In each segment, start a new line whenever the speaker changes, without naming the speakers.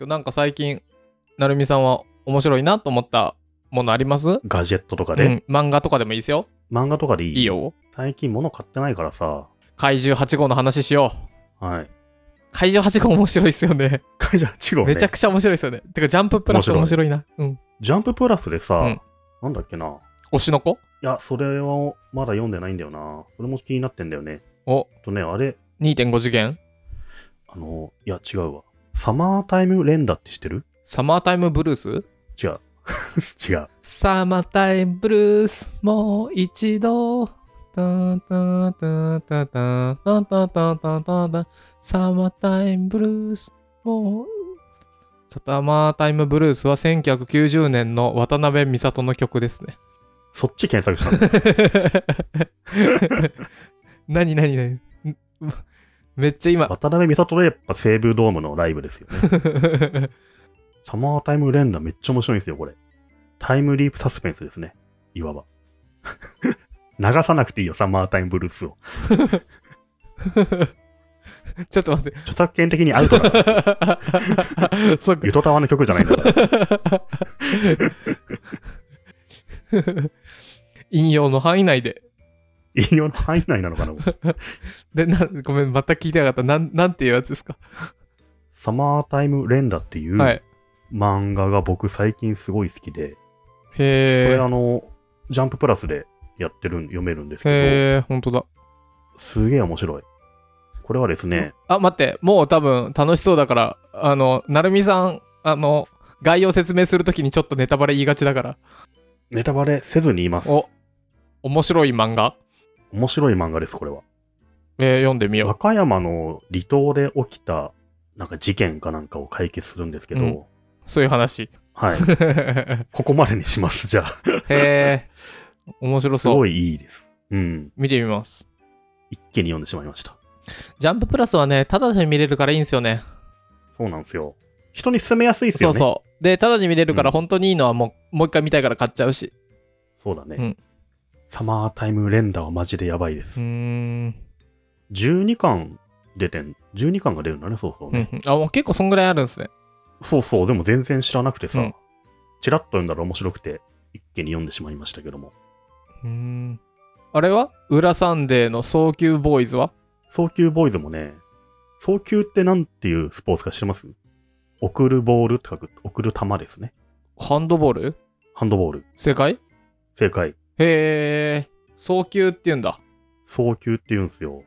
なんか最近、なるみさんは面白いなと思ったものあります
ガジェットとか
う
で、
ん、漫画とかでもいいですよ。
漫画とかでいい
いいよ。
最近物買ってないからさ、
怪獣8号の話しよう。
はい。
怪獣8号面白いですよね。
怪獣8号、ね、
めちゃくちゃ面白いですよね。てか、ジャンププラス面
面白
白いな。うん。
ジャンププラスでさ、
うん
なんだっけな。
推しの子
いや、それはまだ読んでないんだよな。それも気になってんだよね。
お、
あとね、あれ、
2.5次元
あの、いや、違うわ。サマータイム連打って知ってる
サマータイムブルース
違う。 違う。
サマータイムブルース、もう一度。タンタンタンタンタンタンタンタンタンタンタンサマータイムブルース、もう。サマータイムブルースは1990年の渡辺美里の曲ですね。
そっち検索した んだ
何何何んめっちゃ今。
渡辺美里でやっぱ西武ドームのライブですよね。サマータイム連打めっちゃ面白いんですよ、これ。タイムリープサスペンスですね。いわば。 流さなくていいよ、サマータイムブルースを。
ちょっと待って。
著作権的にアウトだ。
そっか
ゆとたわの曲じゃないんだから。
引用の範囲内で。
引用の範囲内なのかなもう
で、なごめん、また聞いてなかった。なんなんていうやつですか、
サマータイム連打っていう
はい。
漫画が僕最近すごい好きで、こ
へ
れ
ー
あの、ジャンププラスでやってるん、読めるんですけ
へーほんとだ。
ど、すげえ面白い。これはですね、
あ、待って、もう多分楽しそうだから、あの、なるみさん、あの、概要説明するときにちょっとネタバレ言いがちだから。
ネタバレせずに言います。
お、面白い漫画、
面白い漫画です、これは。
えー読んでみよ
和
う。
歌山の離島で起きた、なんか事件かなんかを解決するんですけど、
うんそういう 話。
はい。
へ
ここまでにします、 じゃあ。
え、面白
す
そう。
ごいいいです。うん。
見てみます。
一気に読んでしまいました。
ジャンププラスはね、ただで見れるからいいんですよね。
そうなんですよ。人に勧めやすいです
そ
よ
う
ね。
そう。で、ただで見れるから
うん
本当にいいのはもう、もう一回見たいから買っちゃうし。
そうだね、
うん
サマータイム連打はマジでやばいで
う
す。
ーん。
12巻出てん、12巻が出るんだね、そうそう
う
ね。
んあ、もう結構そんぐらいあるんですね。
そうそう、でも全然知らなくてさ、
うん
チラッと読んだら面白くて、一気に読んでしまいましたけども。
うーん。あれは裏サンデーの早急ボーイズは
早球ボーイズもね、早球ってなんていうスポーツか知ってます送るボールって書く、送る球ですね。
ハンドボール
ハンドボール。
正解
正解。
へえ、早急って言うんだ。
早球って言うんですよ。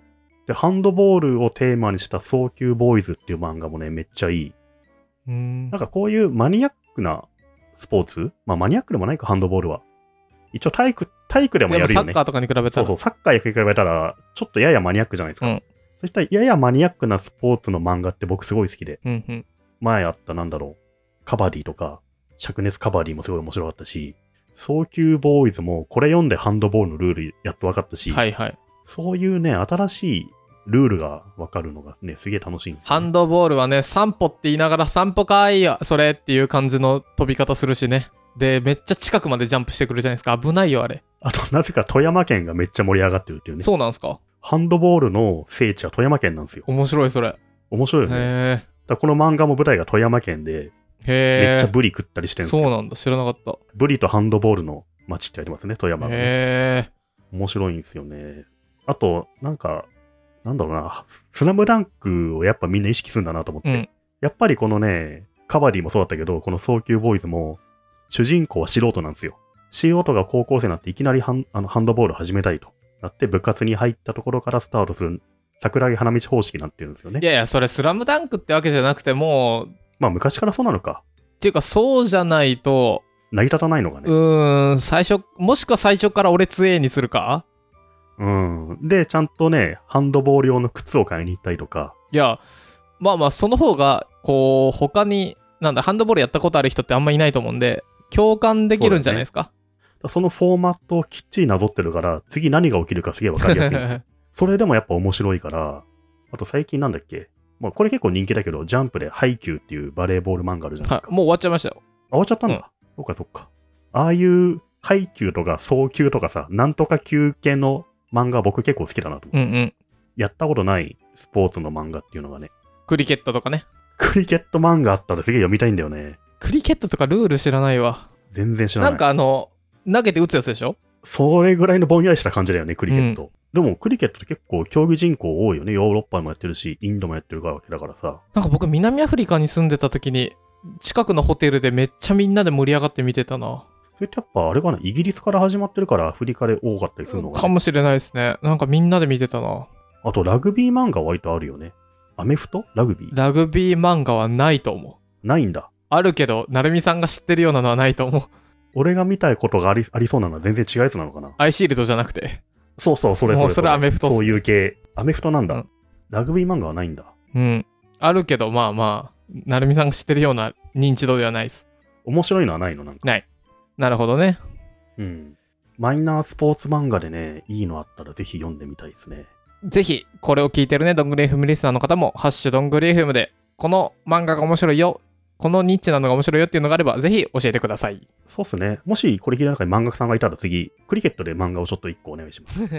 で、ハンドボールをテーマにした早球ボーイズっていう漫画もね、めっちゃいい。
うーん
なん。かこういうマニアックなスポーツまあマニアックでもないか、ハンドボールは。一応体育、体育で
で
もや
も
る
サ
よね
ッカ。ーとかに比べたら。
そうそう、サッカーに比べたら、ちょっとややマニアックじゃないですか。
うん
そういったややマニアックなスポーツの漫画って僕すごい好きで、
うんうん。
前あったなんだろう、カバディとか、灼熱カバディもすごい面白かったし、早球ボーイズもこれ読んでハンドボールのルールやっと分かったし、
はいはい。
そういうね、新しいルールが分かるのがね、すげえ楽しいんです
ハ
よ、
ン
ね。
ドボールはね、散歩って言いながら散歩かーいよ、それっていう感じの飛び方するしね。で、めっちゃ近くまでジャンプしてくるじゃないですか。危ないよ、あれ。
あと、なぜか富山県がめっちゃ盛り上がってるっていうね。
そうなんすか
ハンドボールの聖地は富山県なんですよ。
面白い、それ。
面白いよね。だか
へ
らこの漫画も舞台が富山県で、
え。
めっちゃ
へ
ブリ食ったりし
え。
てるん
そ
です
う
よ。
なんだ、知らなかった。
ブリとハンドボールの街ってありますね、富山が、ね。
へえ。
面白いんですよね。あと、なんか、なんだろうな、スラムダンクをやっぱみんな意識するんだなと思って。
うん
やっぱりこのね、カバディもそうだったけど、この早球ボーイズも、主人公は素人なんですよ。素人が高校生になっていきなりハンあのハンドボール始めたいとなって、部活に入ったところからスタートする桜木花道方式になってるんですよね
い。やいや、それスラムダンクってわけじゃなくて、もう、っ
まあ昔からそうなのか。
ていうか、そうじゃないと、
成り立たないのが
う
ね。
ーん、最初、もしくは最初から俺強えにするか
うん。で、ちゃんとね、ハンドボール用の靴を買いに行ったりとか、
いや、まあまあ、その方が、こう、他に、なんだ、ハンドボールやったことある人ってあんまいないと思うんで、共感できるんじゃないですか。
そのフォーマットをきっちりなぞってるから、次何が起きるかすげえわかりやすいんです よ。それでもやっぱ面白いから、あと最近なんだっけ、まあ、これ結構人気だけど、ジャンプでハイキューっていうバレーボール漫画あるじゃないです
は
か。
い、もう終 わっちゃいましたよ。
あ、終わっちゃったんだ。そっかそっか。ああいうハイキューとか早球とかさ、なんとか球系の漫画僕結構好きだなと思う、
うんうん。
やったことないスポーツの漫画っていうのがね、
クリケットとかね。
クリケット漫画あったらすげえ読みたいんだよね。
クリケットとかルール知らないわ。
全然知らな。
ないんかあの、投げて打つやつでしょ
それぐらいのぼんやりした感じだよね、クリケット。でも、クリケットって結構競技人口多いよね。ヨーロッパもやってるし、インドもやってるわけだからさ。
なんか僕、南アフリカに住んでた時に、近くのホテルでめっちゃみんなで盛り上がって見てたな。
それってやっぱあれかな、イギリスから始まってるからアフリカで多かったりするの
か
かな。
もしれないですね。なんかみんなで見てたな。
あと、ラグビー漫画割とあるよね。アメフトラグビー
ラグビー漫画はないと思う。
ないんだ。
あるけど、成美さんが知ってるようなのはないと思う。
俺が見たいことがありありそうなのは全然違うやつなのかな。
アイシールドじゃなくて。
そうそう、それそ
もう
れ
それアメフトっす
そういう系。アメフトなんだ。
うん
ラグビー漫画はないんだ。
うん。あるけど、まあまあ、成美さんが知ってるような認知度ではないです。
面白いのはないのなんか。
なるほどね。
うん。マイナースポーツ漫画でね、いいのあったらぜひ読んでみたいですね。
ぜひ、これを聞いてるね、どんぐり FM リスナーの方も、ハッシュどんぐり FM で、この漫画が面白いよ、このニッチなのが面白いよっていうのがあれば、ぜひ教えてくださ い。
そうっすね。もしこれ聞いた中に漫画家さんがいたら次、クリケットで漫画をちょっと一個お願いします。